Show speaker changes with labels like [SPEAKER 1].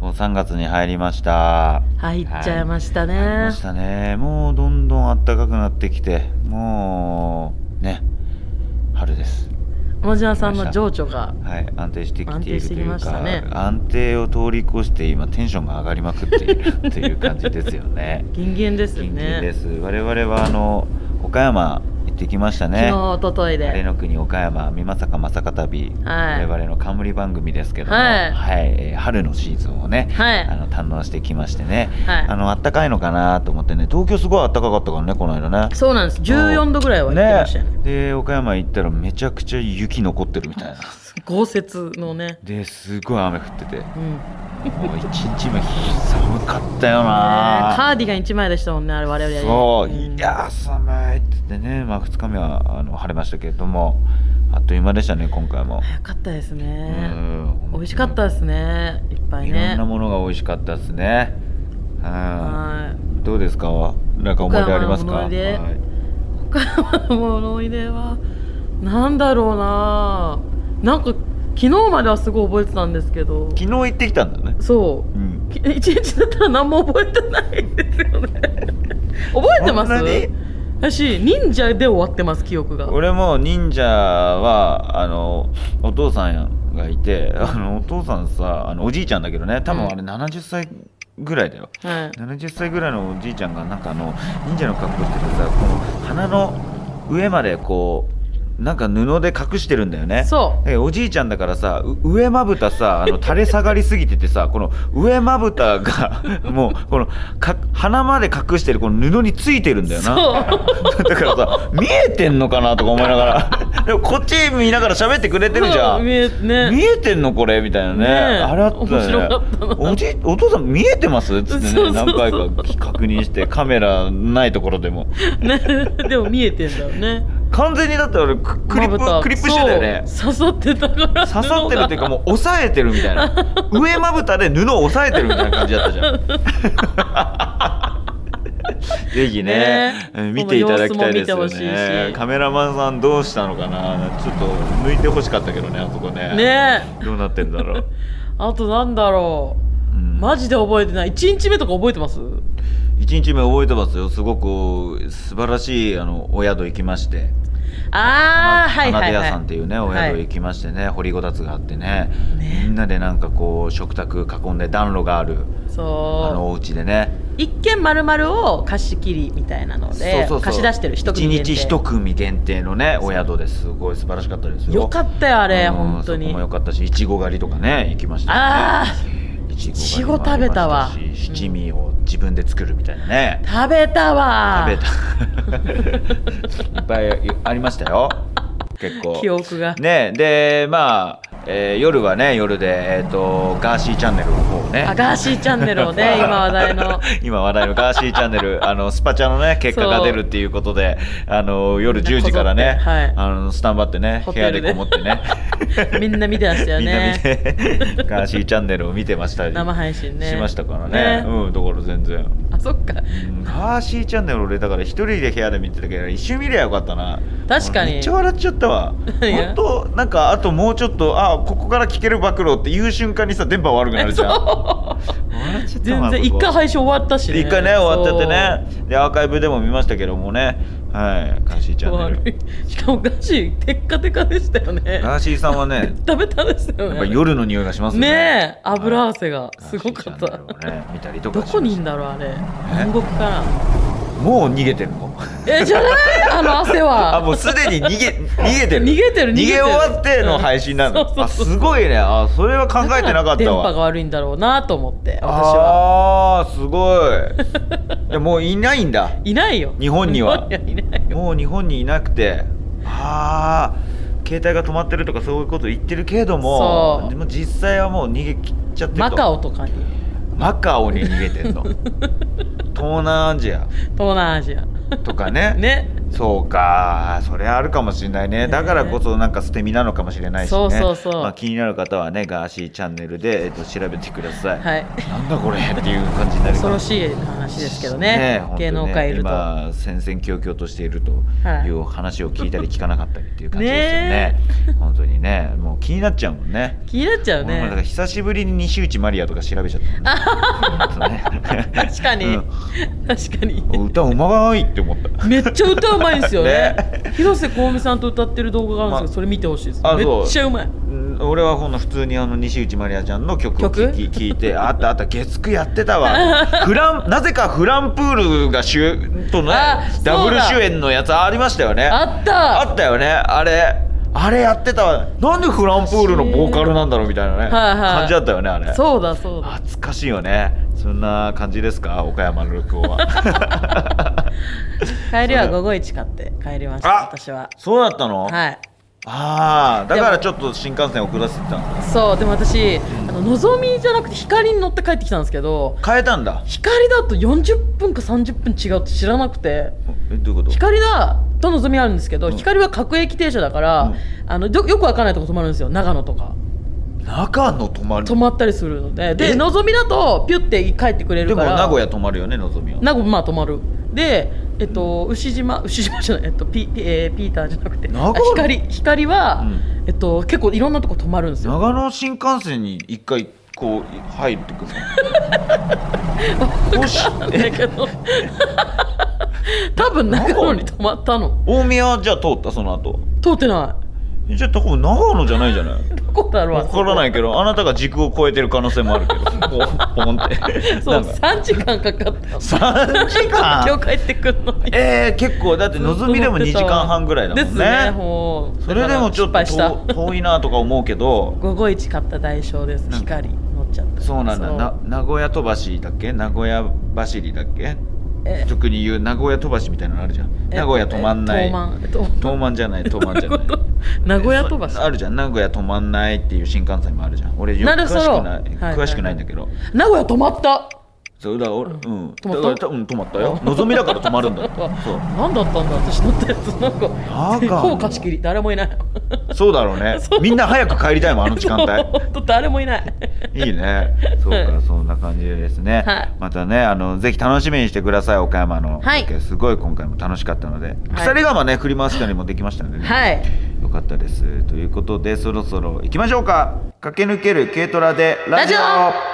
[SPEAKER 1] 3月に入りました
[SPEAKER 2] 入っちゃいましたね、
[SPEAKER 1] 入りましたねもうどんどん暖かくなってきてもうね春です
[SPEAKER 2] 小島さんの情緒が
[SPEAKER 1] はい安定してきているという
[SPEAKER 2] 安定してきまし
[SPEAKER 1] か
[SPEAKER 2] たね
[SPEAKER 1] 安定を通り越して今テンションが上がりまくってい るという感じですよね
[SPEAKER 2] ギンギンですよ
[SPEAKER 1] 近々で
[SPEAKER 2] ね
[SPEAKER 1] す我々はあの岡山行ってきましたね
[SPEAKER 2] 昨日一昨日
[SPEAKER 1] 晴れ
[SPEAKER 2] で
[SPEAKER 1] の国岡山美作まさか旅、
[SPEAKER 2] は
[SPEAKER 1] 我
[SPEAKER 2] い
[SPEAKER 1] 々の冠番組ですけども、
[SPEAKER 2] はい
[SPEAKER 1] えー春のシーズンをね、
[SPEAKER 2] はい
[SPEAKER 1] あの堪能してきましてね、
[SPEAKER 2] はい
[SPEAKER 1] あの暖かいのかなと思ってね東京すごい暖かかったからねこの間ね
[SPEAKER 2] そうなんです14度ぐらいは行ってましたよね
[SPEAKER 1] で岡山行ったらめちゃくちゃ雪残ってるみたいな
[SPEAKER 2] 豪雪のね
[SPEAKER 1] ですごい雨降ってて
[SPEAKER 2] うん、ね
[SPEAKER 1] もう一日目寒かったよな
[SPEAKER 2] カーディガン1枚でしたもんねあれ我々やり
[SPEAKER 1] そう、
[SPEAKER 2] ん
[SPEAKER 1] いやー寒いって言ってね、まあ、2日目はあの晴れましたけれどもあっという間でしたね今回も、
[SPEAKER 2] 早かったですね
[SPEAKER 1] うん
[SPEAKER 2] 美味しかったですねいっぱい
[SPEAKER 1] いろ
[SPEAKER 2] ね
[SPEAKER 1] んなものが美味しかったですねは
[SPEAKER 2] はい
[SPEAKER 1] いどうですかなんか思い出ありますか
[SPEAKER 2] 岡山の思い出
[SPEAKER 1] はい
[SPEAKER 2] 岡山の思い出はなんだろうななんか昨日まではすごい覚えてたんですけど
[SPEAKER 1] 昨日行ってきたんだよね
[SPEAKER 2] そ
[SPEAKER 1] うん
[SPEAKER 2] うき一日だったら何も覚えてないんですよね覚えてま
[SPEAKER 1] そんなに
[SPEAKER 2] す私忍者で終わってます記憶が
[SPEAKER 1] 俺も忍者はあのお父さんがいてあのお父さんさあのおじいちゃんだけどね多分あれ70歳ぐらいだよ、
[SPEAKER 2] はい
[SPEAKER 1] 70歳ぐらいのおじいちゃんがなんかあの忍者の格好しててさこの鼻の上までこうなんか布で隠してるんだよね
[SPEAKER 2] そう
[SPEAKER 1] えおじいちゃんだからさう上まぶたさあの垂れ下がりすぎててさこの上まぶたが もうこのか鼻まで隠してるこの布についてるんだよな
[SPEAKER 2] そ
[SPEAKER 1] だからさ見えてんのかなとか思いなが らでもこっち見ながら喋ってくれてるじゃ
[SPEAKER 2] そうん 見えね
[SPEAKER 1] 見えてんのこれみたいなね
[SPEAKER 2] ねえ
[SPEAKER 1] あれあったよね
[SPEAKER 2] 面白かったな
[SPEAKER 1] おじお父さん見えてますっつってね
[SPEAKER 2] そうそうそう
[SPEAKER 1] 何回か確認してカメラないところでも
[SPEAKER 2] ねでも見えてんだよね
[SPEAKER 1] 完全にだってあれククリ
[SPEAKER 2] ま
[SPEAKER 1] ッ
[SPEAKER 2] ぶた
[SPEAKER 1] プクリップしてたよね
[SPEAKER 2] そう 刺さってたから
[SPEAKER 1] 刺さってるっていうかもう押さえてるみたいな上まぶたで布を押さえてるみたいな感じだったじゃん ぜひね
[SPEAKER 2] ねえ
[SPEAKER 1] 見ていただきたいですよ
[SPEAKER 2] この様子も見てほし
[SPEAKER 1] ね
[SPEAKER 2] いし
[SPEAKER 1] カメラマンさんどうしたのかなちょっと抜いてほしかったけどねあそこね
[SPEAKER 2] ね
[SPEAKER 1] どうなってんだろ う、
[SPEAKER 2] あとなんだろ
[SPEAKER 1] う
[SPEAKER 2] うんマジで覚えてない1日目とか覚えてます
[SPEAKER 1] 1日目覚えてますよすごく素晴らしいあのお宿行きまして
[SPEAKER 2] ああはい
[SPEAKER 1] 花
[SPEAKER 2] はい
[SPEAKER 1] 手屋
[SPEAKER 2] はい
[SPEAKER 1] さんっていうねお
[SPEAKER 2] は
[SPEAKER 1] 宿
[SPEAKER 2] い
[SPEAKER 1] 行きましてね、掘りごたつがあってね
[SPEAKER 2] ね
[SPEAKER 1] みんなでなんかこう食卓囲んで暖炉があるあの
[SPEAKER 2] そ
[SPEAKER 1] お家でね
[SPEAKER 2] う一軒丸々を貸し切りみたいなので貸し出してる一組限定
[SPEAKER 1] 1日1組限定のねお宿ですごい素晴らしかったですよ
[SPEAKER 2] よかったよあれ
[SPEAKER 1] うん
[SPEAKER 2] 本当
[SPEAKER 1] そこ
[SPEAKER 2] に
[SPEAKER 1] も良かったしいちご狩りとかね行きましたよね
[SPEAKER 2] あ
[SPEAKER 1] いち
[SPEAKER 2] いちご食べたわ
[SPEAKER 1] 狩りもありましたし七味を自分で作るみたいなね、
[SPEAKER 2] 食べたわー
[SPEAKER 1] 食べた いっぱいありましたよ結構
[SPEAKER 2] 記憶が
[SPEAKER 1] ねでまあ、えー夜はね夜で、えー、とガーシーチャンネルの方をね
[SPEAKER 2] あガーシーチャンネル をね今話題の
[SPEAKER 1] 今話題のガーシーチャンネルあのスパチャのね結果が出るっていうことであの夜10時からね、
[SPEAKER 2] みんなこぞってはい
[SPEAKER 1] あのスタンバってね
[SPEAKER 2] ホ
[SPEAKER 1] 部
[SPEAKER 2] テ
[SPEAKER 1] 屋
[SPEAKER 2] ルで
[SPEAKER 1] でこもってね
[SPEAKER 2] みんな見てましたよ
[SPEAKER 1] みんな見
[SPEAKER 2] ね
[SPEAKER 1] てガーシーチャンネルを見てましたり
[SPEAKER 2] 生配信ね
[SPEAKER 1] しましたからねうんだから全然
[SPEAKER 2] あそっか
[SPEAKER 1] ガーシーチャンネル俺だから一人で部屋で見てたけど一周見りゃよかったな
[SPEAKER 2] 確か
[SPEAKER 1] 俺
[SPEAKER 2] に
[SPEAKER 1] めっちゃ笑っちゃったわ
[SPEAKER 2] いや
[SPEAKER 1] 本当なんかあともうちょっとあここから聞ける暴露って言う瞬間にさ電波悪くなるじゃん笑っちゃった
[SPEAKER 2] 全
[SPEAKER 1] わ
[SPEAKER 2] 然
[SPEAKER 1] そこ
[SPEAKER 2] 一回配信終わったしね
[SPEAKER 1] 一回ね終わっててねでアーカイブでも見ましたけどもねはいガーシーチ
[SPEAKER 2] そう
[SPEAKER 1] ャンネ
[SPEAKER 2] 悪
[SPEAKER 1] ル
[SPEAKER 2] いしかもガーシーテッカテカでしたよね
[SPEAKER 1] ガーシーさんは ね
[SPEAKER 2] 食べたんですよね
[SPEAKER 1] やっぱ夜の匂いがしますよね
[SPEAKER 2] ねえ油汗
[SPEAKER 1] は
[SPEAKER 2] が
[SPEAKER 1] い
[SPEAKER 2] すごかっ
[SPEAKER 1] ガーシ
[SPEAKER 2] た
[SPEAKER 1] ーチャンネルをね見たりとか
[SPEAKER 2] どこにいん
[SPEAKER 1] だ
[SPEAKER 2] だろうあれ南国かな
[SPEAKER 1] もう逃げてるの
[SPEAKER 2] えじ ゃないあの汗は
[SPEAKER 1] あもうすで に逃げ逃げてる
[SPEAKER 2] 逃げてる
[SPEAKER 1] 逃
[SPEAKER 2] 逃
[SPEAKER 1] げ
[SPEAKER 2] げてる
[SPEAKER 1] 終わっての配信なの、
[SPEAKER 2] うんそうそうそう
[SPEAKER 1] あすごいねあそれは考えてなかっ
[SPEAKER 2] 電
[SPEAKER 1] た
[SPEAKER 2] 波
[SPEAKER 1] わ
[SPEAKER 2] が悪いんだろうなと思って私
[SPEAKER 1] あ
[SPEAKER 2] は
[SPEAKER 1] あーすごいいやもういないんだ
[SPEAKER 2] いないよ
[SPEAKER 1] 日本にはい
[SPEAKER 2] ないよ
[SPEAKER 1] もう日本にいなくてああ携帯が止まってるとかそういうこと言ってるけれども
[SPEAKER 2] そう
[SPEAKER 1] でも実際はもう逃げ切っちゃってると
[SPEAKER 2] マカオとかに
[SPEAKER 1] マカオに逃げて んの東南アジア
[SPEAKER 2] 東南アジア
[SPEAKER 1] とかね
[SPEAKER 2] ね
[SPEAKER 1] そうかそれあるかもしれないね
[SPEAKER 2] ね
[SPEAKER 1] だからこそなんか捨て身なのかもしれないしね
[SPEAKER 2] そうそうそう
[SPEAKER 1] まあ、気になる方はねガーシーチャンネルで、えっと、調べてください、
[SPEAKER 2] はい
[SPEAKER 1] なんだこれっていう感じになるか
[SPEAKER 2] 恐
[SPEAKER 1] も
[SPEAKER 2] ろ
[SPEAKER 1] し
[SPEAKER 2] しい
[SPEAKER 1] れ
[SPEAKER 2] 話ですけど
[SPEAKER 1] ね
[SPEAKER 2] ね
[SPEAKER 1] 本当
[SPEAKER 2] 芸
[SPEAKER 1] にね
[SPEAKER 2] 能界いると
[SPEAKER 1] 今戦々恐々としていると
[SPEAKER 2] はい
[SPEAKER 1] いう話を聞いたり聞かなかったりっていう感じですよね本当にねもう気になっちゃうもんね
[SPEAKER 2] 気になっちゃう
[SPEAKER 1] 俺もだから
[SPEAKER 2] ね
[SPEAKER 1] 久しぶりに西内まりやとか調べちゃったもんね本当ね
[SPEAKER 2] 確かに、
[SPEAKER 1] うん
[SPEAKER 2] 確かに
[SPEAKER 1] 歌うまいって思った
[SPEAKER 2] めっちゃ歌うまいんですよね
[SPEAKER 1] ね
[SPEAKER 2] 広瀬香美さんと歌ってる動画があるんですけど、
[SPEAKER 1] まあ
[SPEAKER 2] それ見てほしいです
[SPEAKER 1] あ
[SPEAKER 2] めっ
[SPEAKER 1] そう
[SPEAKER 2] ちゃうまい
[SPEAKER 1] うん俺はほんの普通にあの西内まりやちゃんの曲を
[SPEAKER 2] 曲
[SPEAKER 1] 聞き聞いてあったあった月9やってたわ フランなぜかフランプールが主演とね
[SPEAKER 2] あそうだ
[SPEAKER 1] ダブル主演のやつありましたよね
[SPEAKER 2] あった
[SPEAKER 1] あったよねあれあれやってたわなんでフランプールのボーカルなんだろうみたいなね、
[SPEAKER 2] いはい
[SPEAKER 1] 感じだったよねあれ
[SPEAKER 2] そうだそうだ
[SPEAKER 1] 懐かしいよねそんな感じですか岡山の録音 は
[SPEAKER 2] 帰りは午後一買って帰りました
[SPEAKER 1] あ
[SPEAKER 2] 私は
[SPEAKER 1] そうだったの、
[SPEAKER 2] はい
[SPEAKER 1] ああだからちょっと新幹線遅らせてたの
[SPEAKER 2] そうでも私あののぞみじゃなくて光に乗って帰ってきたんですけど
[SPEAKER 1] 変えたんだ
[SPEAKER 2] 光だと40分か30分違うって知らなくて
[SPEAKER 1] えどういうこと
[SPEAKER 2] 光だとのぞみあるんですけど、
[SPEAKER 1] うん
[SPEAKER 2] 光は各駅停車だから、
[SPEAKER 1] うん
[SPEAKER 2] あのどよくわかんないとこ止まるんですよ長野とか
[SPEAKER 1] 中野泊まる
[SPEAKER 2] 止まったりするので
[SPEAKER 1] え
[SPEAKER 2] でのぞみだとピュって帰ってくれ
[SPEAKER 1] で
[SPEAKER 2] る
[SPEAKER 1] も
[SPEAKER 2] から
[SPEAKER 1] 名古屋泊まるよねのぞみは
[SPEAKER 2] 名古屋まあ止まるでえっと牛島 牛島じゃないえっとピピ,、えーピーターじゃなくて
[SPEAKER 1] 長野
[SPEAKER 2] あ光光は、
[SPEAKER 1] うん
[SPEAKER 2] えっと結構いろんなとこ止まるんですよ
[SPEAKER 1] 長野新幹線に一回こう入ってくる のよし
[SPEAKER 2] だ
[SPEAKER 1] え
[SPEAKER 2] けど多分長野に止まったの
[SPEAKER 1] 大宮じゃあ通ったその後
[SPEAKER 2] 通ってない
[SPEAKER 1] えじゃあ多分長野じゃないじゃない
[SPEAKER 2] どこだろう
[SPEAKER 1] わからないけどあなたが軸を超えてる可能性もある けどこうポンって
[SPEAKER 2] そ
[SPEAKER 1] な
[SPEAKER 2] うん
[SPEAKER 1] か
[SPEAKER 2] 3時間かかった
[SPEAKER 1] 3時
[SPEAKER 2] 今
[SPEAKER 1] 間
[SPEAKER 2] 日帰ってくるのに
[SPEAKER 1] えー、結構だってのぞみでも2時間半ぐらいだもんね
[SPEAKER 2] ですねもう
[SPEAKER 1] それでもちょっと
[SPEAKER 2] 失敗した
[SPEAKER 1] 遠遠いなとか思うけど
[SPEAKER 2] 午後一買った代償です
[SPEAKER 1] なんか
[SPEAKER 2] 光乗っちゃった
[SPEAKER 1] そうなんだな名古屋飛ばしだっけ名古屋走りだっけ
[SPEAKER 2] え
[SPEAKER 1] 俗に言う名古屋飛ばしみたいなのあるじゃん
[SPEAKER 2] え
[SPEAKER 1] 名古屋止まんな
[SPEAKER 2] え
[SPEAKER 1] い
[SPEAKER 2] 東満え東
[SPEAKER 1] 東満じゃない東満じゃない
[SPEAKER 2] 名古屋飛ばし
[SPEAKER 1] あるじゃん名古屋止まんないっていう新幹線もあるじゃん俺よく
[SPEAKER 2] な
[SPEAKER 1] 詳
[SPEAKER 2] る
[SPEAKER 1] しく
[SPEAKER 2] そろ
[SPEAKER 1] ない
[SPEAKER 2] はい
[SPEAKER 1] 詳しくないんだけど
[SPEAKER 2] 名古屋止まった
[SPEAKER 1] そうだから俺うん
[SPEAKER 2] 止まった
[SPEAKER 1] だからうん止まったよ 望みだから止まるんだよそう
[SPEAKER 2] 何だったんだ私乗ったやつなんか
[SPEAKER 1] んか
[SPEAKER 2] こう貸し切り誰もいない
[SPEAKER 1] そうだろうね
[SPEAKER 2] そう
[SPEAKER 1] みんな早く帰りたいもんあの時間帯
[SPEAKER 2] 本当誰もいない
[SPEAKER 1] いいね。そう
[SPEAKER 2] は
[SPEAKER 1] か、
[SPEAKER 2] い
[SPEAKER 1] そんな感じでですね。
[SPEAKER 2] はい
[SPEAKER 1] またね、あの、ぜひ楽しみにしてください、岡山のロケ。
[SPEAKER 2] はい
[SPEAKER 1] すごい今回も楽しかったので、鎖鎌ね、振り回したりもできましたので、ね。
[SPEAKER 2] はい
[SPEAKER 1] よかったです。ということで、そろそろ行きましょうか。駆け抜ける軽トラでラジオ。
[SPEAKER 2] ラジオ